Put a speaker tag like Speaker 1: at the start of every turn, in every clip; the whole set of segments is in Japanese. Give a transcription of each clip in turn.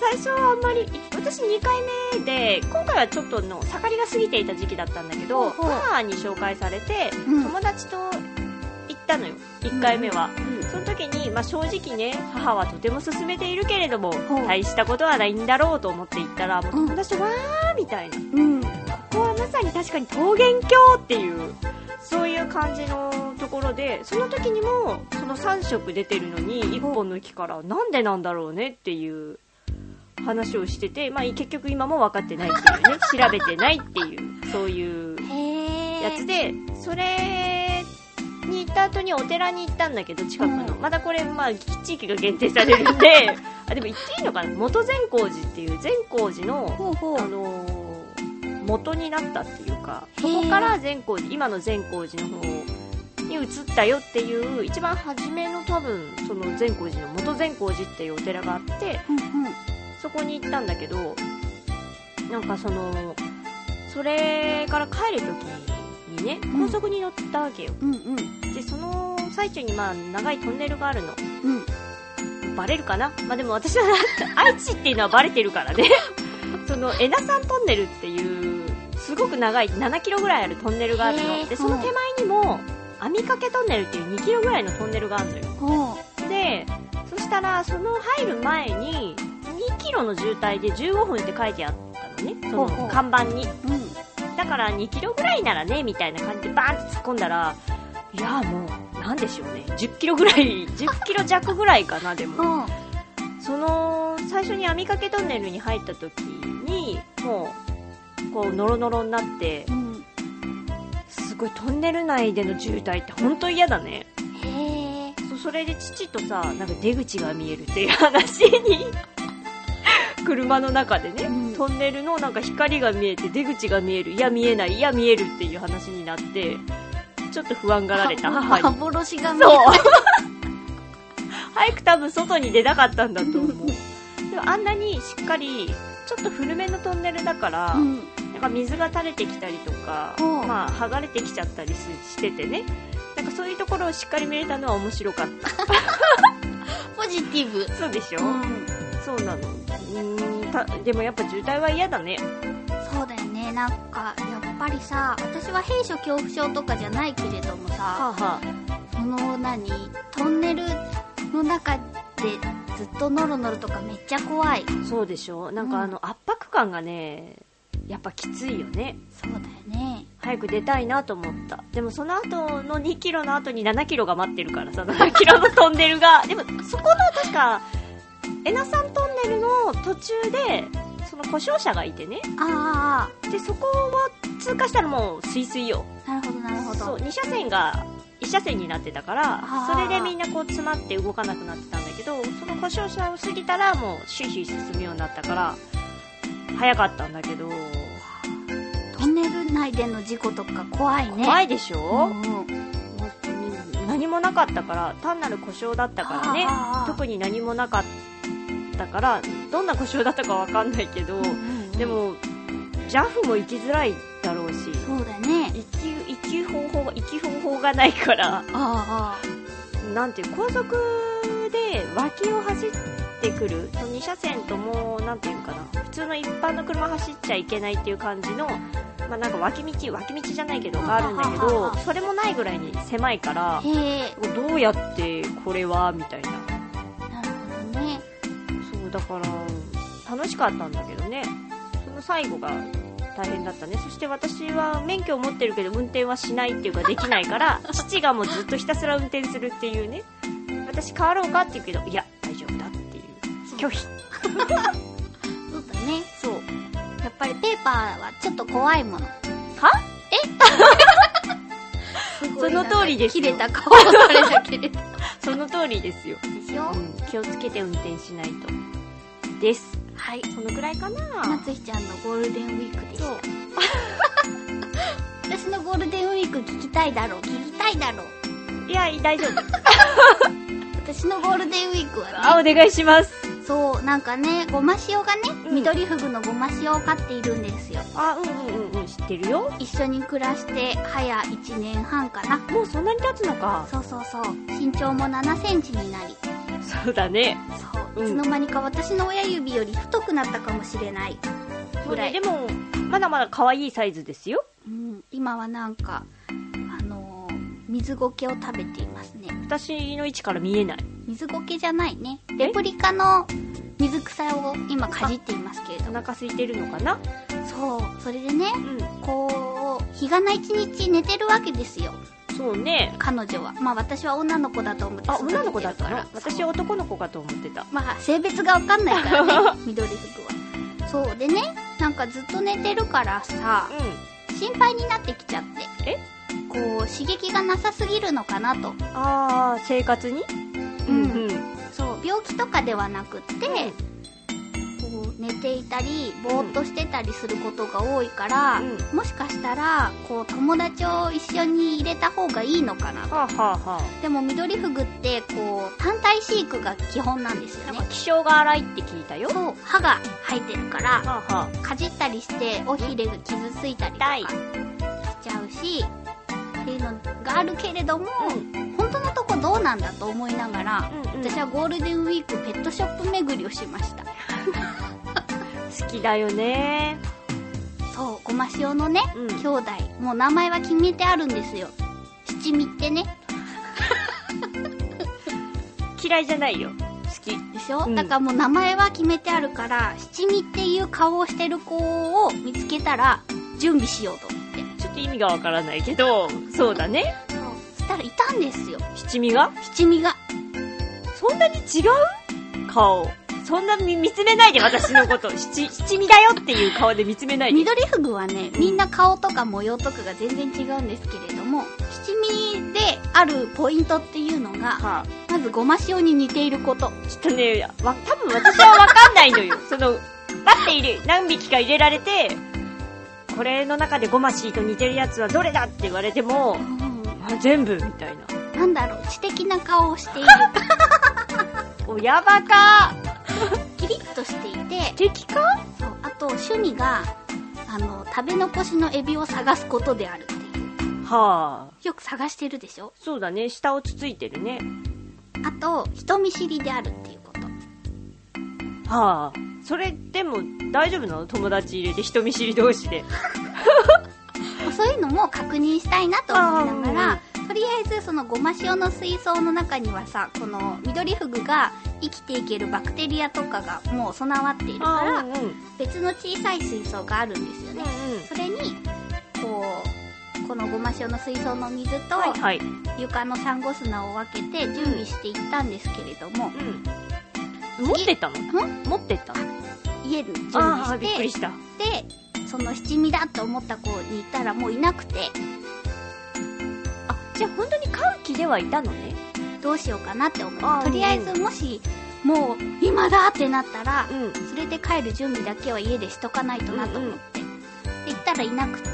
Speaker 1: 最初はあんまり私2回目で今回はちょっとの盛りが過ぎていた時期だったんだけ
Speaker 2: ほう
Speaker 1: ど
Speaker 2: ほう
Speaker 1: 母に紹介されて
Speaker 2: うん
Speaker 1: 友達と行ったのよ1回目は、
Speaker 2: うん
Speaker 1: その時に、まあ、正直ね母はとても勧めているけれども
Speaker 2: ほう
Speaker 1: 大したことはないんだろうと思って行ったらもう友達とわーみたいな
Speaker 2: うん。
Speaker 1: ここはまさに確かに桃源郷っていうそういう感じのところでその時にもその3色出てるのに1本の木からなんでなんだろうねっていう話をしてて、まあ、結局今も分かってないっていうね調べてないっていうそういう
Speaker 2: へえ
Speaker 1: やつでそれに行った後にお寺に行ったんだけど近くの、
Speaker 2: うん
Speaker 1: まだこれまあ地域が限定される んであでも行っていいのかな元善光寺っていう善光寺の
Speaker 2: ほうほう
Speaker 1: あのー元になったっていうか
Speaker 2: へー
Speaker 1: そこから善光寺今の善光寺の方に移ったよっていう一番初めの多分その善光寺の元善光寺っていうお寺があって
Speaker 2: うんうん
Speaker 1: そこに行ったんだけどなんかそのそれから帰る時にね
Speaker 2: ん
Speaker 1: 高速に乗ったわけよ、
Speaker 2: うんうん
Speaker 1: でその最中にまあ長いトンネルがあるの
Speaker 2: うん
Speaker 1: バレるかなまあでも私は 愛知っていうのはバレてるからね その恵那山トンネルっていうすごく長い7キロぐらいあるトンネルがある
Speaker 2: へ
Speaker 1: の
Speaker 2: ー
Speaker 1: でその手前にも網掛トンネルっていう2キロぐらいのトンネルがあるのよ
Speaker 2: ほう
Speaker 1: でそしたらその入る前に2キロの渋滞で15分って書いてあったのねそ
Speaker 2: ほうほう
Speaker 1: の看板に
Speaker 2: うん
Speaker 1: だから2キロぐらいならねみたいな感じでバーンって突っ込んだらいやもうなんでしょうね10キロぐらい10キロ弱ぐらいかな でも
Speaker 2: ほう
Speaker 1: その最初に網掛けトンネルに入った時にもうこうノロノロになって
Speaker 2: うん
Speaker 1: すごいトンネル内での渋滞って本当嫌だね
Speaker 2: へえ
Speaker 1: そそれで父とさなんか出口が見えるっていう話に 車の中でね、
Speaker 2: うん
Speaker 1: トンネルのなんか光が見えて出口が見えるいや見えないいや見えるっていう話になってちょっと不安がられた母に
Speaker 2: 幻が見え
Speaker 1: そ
Speaker 2: る
Speaker 1: う早く多分外に出なかったんだと思うでもあんなにしっかりちょっと古めのトンネルだから、
Speaker 2: うん
Speaker 1: なんか水が垂れてきたりとか、
Speaker 2: ほう
Speaker 1: まあ、剥がれてきちゃったりすしててねなんかそういうところをしっかり見れたのは面白かっ
Speaker 2: ポジティブ
Speaker 1: たそうでしょ、
Speaker 2: うん
Speaker 1: そうなのうーんたでもやっぱ渋滞は嫌だね
Speaker 2: そうだよねなんかやっぱりさ私は閉所恐怖症とかじゃないけれどもさ
Speaker 1: はあ、は
Speaker 2: その何トンネルの中でずっとノロノロとかめっちゃ怖い
Speaker 1: あ、そうでしょなん
Speaker 2: う
Speaker 1: か
Speaker 2: ん
Speaker 1: あの圧迫感がねやっぱきついよね
Speaker 2: そうだよね
Speaker 1: 早く出たいなと思ったでもその後の2キロの後に7キロが待ってるからさ7キロのトンネルがでもそこの確か恵那山トンネルの途中でその故障者がいてね
Speaker 2: あ
Speaker 1: でそこを通過したらもうスイスイよ
Speaker 2: あなるほどなるほど
Speaker 1: そう2車線が1車線になってたから
Speaker 2: あー
Speaker 1: それでみんなこう詰まって動かなくなってたんだけどその故障車を過ぎたらもうシュイシュイ進むようになったから早かったんだけど
Speaker 2: トンネル内での事故とか怖いね
Speaker 1: 怖
Speaker 2: い
Speaker 1: いでし
Speaker 2: う
Speaker 1: ょ、
Speaker 2: んうん
Speaker 1: もう何もなかったから単なる故障だったからね
Speaker 2: あー
Speaker 1: 特に何もなかったからどんな故障だったかわかんないけど、
Speaker 2: うんうん
Speaker 1: でも JAF も行きづらいだろうし
Speaker 2: そうだね
Speaker 1: 行き行き方法が行き方法がないから
Speaker 2: あー
Speaker 1: なんていう高速で脇を走ってくるその2車線ともなんていうかな普通の一般の車走っちゃいけないっていう感じの、まあ、なんか脇道脇道じゃないけどがあるんだけ
Speaker 2: ははは
Speaker 1: ど
Speaker 2: は
Speaker 1: それもないぐらいに狭いから
Speaker 2: あーへえ
Speaker 1: どうやってこれはみたいな
Speaker 2: なるほどね
Speaker 1: そうだから楽しかったんだけどねその最後が大変だったねそして私は免許を持ってるけど運転はしないっていうかできないから 父がもうずっとひたすら運転するっていうね私変わろうかって言うけどいや大丈夫だっていう拒否
Speaker 2: そうだね
Speaker 1: そう
Speaker 2: やっぱりペーパーはちょっと怖いもの
Speaker 1: は
Speaker 2: え
Speaker 1: その通りですよ
Speaker 2: 切れた顔をされたけれど
Speaker 1: その通りですよ、
Speaker 2: でしょ
Speaker 1: うん、気をつけて運転しないとです
Speaker 2: はい。
Speaker 1: そのくらいかな
Speaker 2: 夏日ちゃんのゴールデンウィークでし
Speaker 1: そう
Speaker 2: た。私のゴールデンウィーク聞きたいだろう、聞きたいだろう。
Speaker 1: いや大丈夫
Speaker 2: 私のゴールデンウィークは
Speaker 1: あお願いします
Speaker 2: ね、そう、なんかね、ごま塩がね、
Speaker 1: うん
Speaker 2: 緑ふぐのごま塩を飼っているんですよ。
Speaker 1: あうんうんうんうん知ってるよ
Speaker 2: 一緒に暮らして、早1年半かな。
Speaker 1: もうそんなに経つのか
Speaker 2: そうそうそう。身長も7センチになり、
Speaker 1: そうだね
Speaker 2: そう、いつの間にか私の親指より太くなったかもしれない。ぐらい
Speaker 1: でもまだまだ可愛いサイズですよ
Speaker 2: うん、今はなんか、あのー水苔を食べていますね。
Speaker 1: 私の位置から見えない
Speaker 2: 水苔じゃないねレプリカの水草を今かじっていますけれ
Speaker 1: お
Speaker 2: ども
Speaker 1: 腹空いてるのかな
Speaker 2: そうそれでね
Speaker 1: うん
Speaker 2: こう日がない一日寝てるわけですよ
Speaker 1: そうね
Speaker 2: 彼女はまあ私は女の子だと思って
Speaker 1: あ
Speaker 2: 育ててる
Speaker 1: 女の子だった
Speaker 2: か
Speaker 1: の
Speaker 2: ら
Speaker 1: 私は男の子かと思ってた
Speaker 2: まあ性別がわかんないからね 緑服はそうでねなんかずっと寝てるからさ
Speaker 1: う
Speaker 2: 心配になってきちゃって
Speaker 1: え
Speaker 2: こう刺激がなさすぎるのかなと
Speaker 1: んああ生活に
Speaker 2: うん
Speaker 1: うん
Speaker 2: そう病気とかではなくって、こう寝ていたりぼーっとしてたりすることが多いから、
Speaker 1: う
Speaker 2: もしかしたらこう友達を一緒に入れた方がいいのかなと
Speaker 1: はあはあは
Speaker 2: でも緑フグってこう単体飼育が基本なんです
Speaker 1: あ
Speaker 2: よ
Speaker 1: なん
Speaker 2: ね
Speaker 1: か気性が荒いって聞いたよは
Speaker 2: そう歯が生えてるから
Speaker 1: あは
Speaker 2: かじったりして尾ひれが傷ついたりとか
Speaker 1: 痛い
Speaker 2: しちゃうしっていうのがあるけれども、本当のとこどうなんだと思いながら、
Speaker 1: うんうん
Speaker 2: 私はゴールデンウィークペットショップ巡りをしました
Speaker 1: 好きだよね
Speaker 2: そうごま塩のね、
Speaker 1: うん
Speaker 2: 兄弟もう名前は決めてあるんですよ七味ってね
Speaker 1: 嫌いじゃないよ好き
Speaker 2: でしょ、
Speaker 1: うん
Speaker 2: だからもう名前は決めてあるから七味っていう顔をしてる子を見つけたら準備しようと思って
Speaker 1: ちょっと意味がわからないけどそうだね
Speaker 2: そうそしたらいたんですよ
Speaker 1: 七味が
Speaker 2: 七味が
Speaker 1: そんなに違う顔そんな見見つめないで私の こと七七味だよっていう顔で見つめないで
Speaker 2: 緑フグはねみんな顔とか模様とかが全然違うんですけれども七味であるポイントっていうのが
Speaker 1: はあ
Speaker 2: まずごま塩に似ていること
Speaker 1: ちょっとねわ多分私はわかんない のよそのだって入れ何匹か入れられてこれの中でゴマシーと似てるやつはどれだって言われてもあ全部みたいな
Speaker 2: なんだろう知的な顔をしてい る
Speaker 1: 親バカ
Speaker 2: キリッとしていて
Speaker 1: 敵か
Speaker 2: そうあと趣味があの食べ残しのエビを探すことであるっていう
Speaker 1: はあ
Speaker 2: よく探してるでしょ
Speaker 1: そうだね下をつついてるね
Speaker 2: あと人見知りであるっていうこと
Speaker 1: はあそれでも大丈夫なの友達入れて人見知り同士で
Speaker 2: そういうのも確認したいなと思いなが
Speaker 1: あ
Speaker 2: ら、とりあえずそのごま塩の水槽の中にはさ、この緑フグが生きていけるバクテリアとかがもう備わっているか
Speaker 1: う
Speaker 2: ら、
Speaker 1: んうんうん
Speaker 2: 別の小さい水槽があるんですよね。それに、こう、このごま塩の水槽の水と
Speaker 1: はいはい
Speaker 2: 床のサンゴ砂を分けて準備していったんですけれども、
Speaker 1: うん持ってったの
Speaker 2: ん
Speaker 1: 持ってったの
Speaker 2: 家に準備
Speaker 1: ああ
Speaker 2: し
Speaker 1: びっくりした
Speaker 2: て、で、その七味だと思った子に行ったらもういなくて、
Speaker 1: あじゃあ本当に買う気ではいたのね
Speaker 2: どうしようかなって思う
Speaker 1: あー
Speaker 2: とりあえずもしもう今だってなったら
Speaker 1: うん
Speaker 2: 連れて帰る準備だけは家でしとかないとなと思って、で行ったらいなくて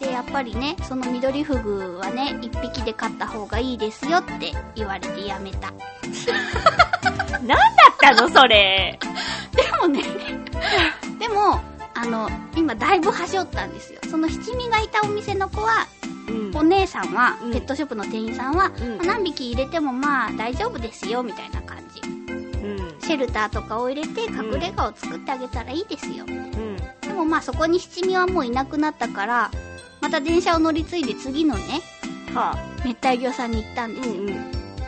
Speaker 2: でやっぱりねその緑フグはね1匹で飼った方がいいですよって言われてやめたで
Speaker 1: 何だったのそれ
Speaker 2: も ねでもあの今だいぶ端折ったんですよその七味がいたお店の子は
Speaker 1: うん
Speaker 2: お姉さんは、
Speaker 1: うん
Speaker 2: ペットショップの店員さんは、
Speaker 1: うん
Speaker 2: まあ何匹入れてもまあ大丈夫ですよみたいな感じ
Speaker 1: うん
Speaker 2: シェルターとかを入れて隠れ家を作ってあげたらいいですよ、
Speaker 1: うん
Speaker 2: でもまあそこに七味はもういなくなったからまた電車を乗り継いで次のね
Speaker 1: はあ
Speaker 2: 熱帯魚さんに行ったん
Speaker 1: う
Speaker 2: ですよ、
Speaker 1: んうん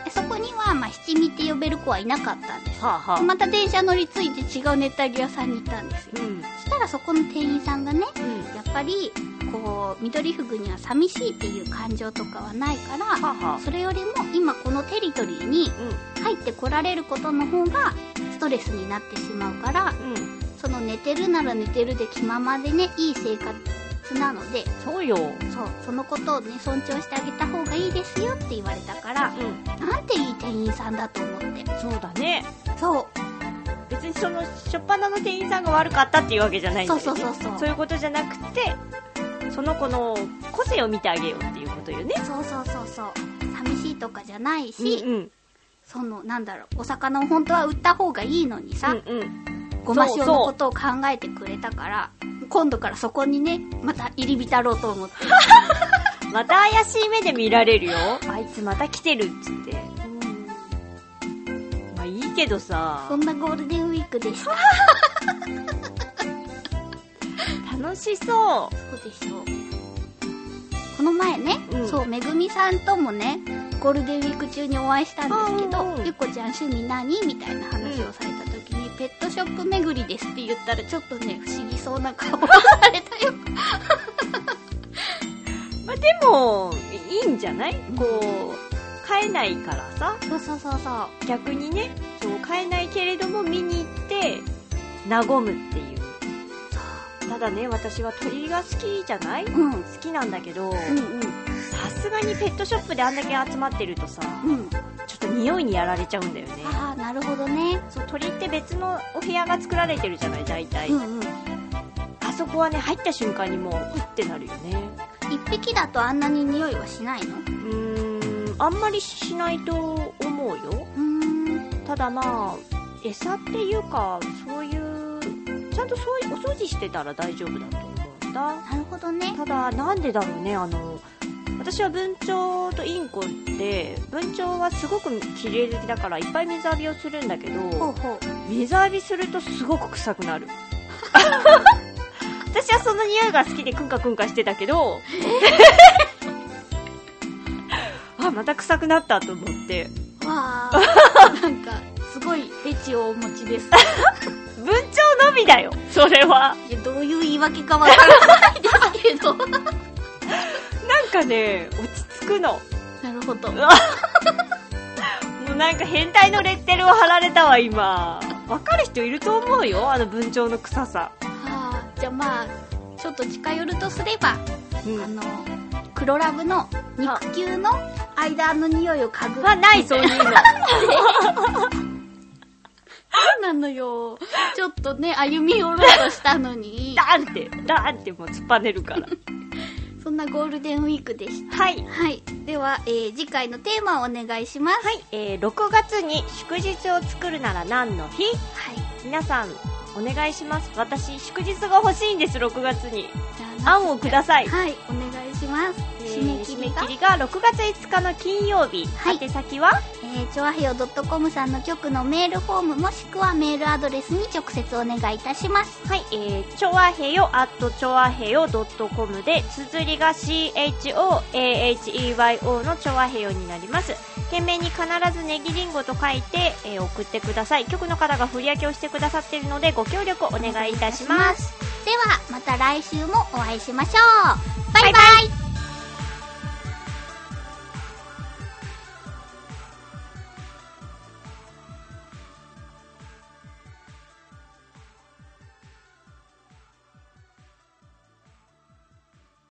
Speaker 2: でそこにはまあ七味って呼べる子はいなかったんです
Speaker 1: はあはあ
Speaker 2: また電車乗り継いで違う熱帯魚屋さんに行ったんですよ
Speaker 1: うん
Speaker 2: そしたらそこの店員さんがね
Speaker 1: うん
Speaker 2: やっぱりこう緑フグには寂しいっていう感情とかはないから
Speaker 1: はあは
Speaker 2: それよりも今このテリトリーに
Speaker 1: あ
Speaker 2: 入ってこられることの方がストレスになってしまうから
Speaker 1: うんうん
Speaker 2: その寝てるなら寝てるで気ままでねいい生活なので
Speaker 1: そうよ
Speaker 2: そうそのことをね尊重してあげた方がいいですよって言われたから
Speaker 1: うん
Speaker 2: なんていい店員さんだと思って
Speaker 1: そうだね
Speaker 2: そう
Speaker 1: 別にその初っ端の店員さんが悪かったっていうわけじゃないんだよね
Speaker 2: そうそうそうそう
Speaker 1: そういうことじゃなくてその子の個性を見てあげようっていうことよね
Speaker 2: そうそうそうそう寂しいとかじゃないし、
Speaker 1: うんうん
Speaker 2: そのなんだろうお魚を本当は売った方がいいのにさ、
Speaker 1: うんうん
Speaker 2: ごま塩のことを考えてくれたから今度からそこにねまた入り浸ろうと思って
Speaker 1: また怪しい目で見られるよあいつまた来てるっつってまあいいけど
Speaker 2: そ
Speaker 1: さ
Speaker 2: んなゴールデンウィークでした
Speaker 1: 楽しそ
Speaker 2: そうでしょうこの前ね、
Speaker 1: うん
Speaker 2: そうめぐみさんともねゴールデンウィーク中にお会いしたんですけど、
Speaker 1: あうんうん
Speaker 2: ゆっこちゃん趣味何みたいな話をされた時に、ペットシショップ巡りですって言ったらちょっとね不思議そうな顔をされたよ
Speaker 1: まあ、でもいいんじゃないこう買えないからさ
Speaker 2: そうそうそうそう
Speaker 1: 逆にねそう買えないけれども見に行って和むっていうただね私は鳥が好きじゃない好
Speaker 2: うんうん
Speaker 1: きなんだけど
Speaker 2: うん
Speaker 1: さすがにペットショップであんだけ集まってるとさ
Speaker 2: うん
Speaker 1: ちょっと匂いにやられちゃうんだよね
Speaker 2: ああなるほどね
Speaker 1: そう鳥って別のお部屋が作られてるじゃない大体、
Speaker 2: うんうん
Speaker 1: あそこはね入った瞬間にもううってなるよね
Speaker 2: 一匹だとあんなに匂いはしないのう
Speaker 1: うーんあんまりしないと思うよ
Speaker 2: ーん
Speaker 1: ただまあ餌っていうかそういうちゃんとそういうお掃除してたら大丈夫だと思うんだ
Speaker 2: なるほどね
Speaker 1: ただなんでだろうねあの私は文鳥とインコって文鳥はすごく綺麗好きだからいっぱい水浴びをするんだけ
Speaker 2: ほう
Speaker 1: ど
Speaker 2: ほう
Speaker 1: 水浴びするとすごく臭くなる 私はその匂いが好きでクンカクンカしてたけど あまた臭くなったと思って
Speaker 2: わ あなんかすごいエチをお持ちです
Speaker 1: 文鳥のみだよそれはい
Speaker 2: やどういう言い訳かわからないですけ ど
Speaker 1: なんかね落ち着くのも
Speaker 2: なるほど
Speaker 1: うなんか変態のレッテルを貼られたわ今わかる人いると思うよあの文鳥の臭さ
Speaker 2: はあじゃあまあちょっと近寄るとすれば
Speaker 1: う
Speaker 2: あ
Speaker 1: ん
Speaker 2: の黒ラブの肉球の間の匂いを嗅ぐ
Speaker 1: はないそういうの
Speaker 2: そうなのよ ちょっとね歩み寄ろうとしたの に
Speaker 1: ダーンってダーンってもう突っぱねるから
Speaker 2: そんなゴールデンウィークでし
Speaker 1: はい
Speaker 2: たはいでは、えー次回のテーマをお願いします
Speaker 1: はい、えー、6月に祝日を作るなら何の日
Speaker 2: はい、
Speaker 1: 皆さんお願いします私祝日が欲しいんです6月に
Speaker 2: じゃあ
Speaker 1: 案をください
Speaker 2: はいお願いします、
Speaker 1: えー
Speaker 2: 締め切りが
Speaker 1: 締め切りが6月5日の金曜日、
Speaker 2: はい
Speaker 1: 宛先は
Speaker 2: えー、チョアヘヨ .com さんの局のメールフォームもしくはメールアドレスに直接お願いいたします
Speaker 1: はい、えー、ちょわへよ、アットちょわへよ .com で、綴りが CHOAHEYO のちょわへよになります。件名に必ずネギリンゴと書いて、えー送ってください。局の方が振り分けをしてくださっているので、ご協力お願いいたします。
Speaker 2: ではまた来週もお会いしましょうバイバイ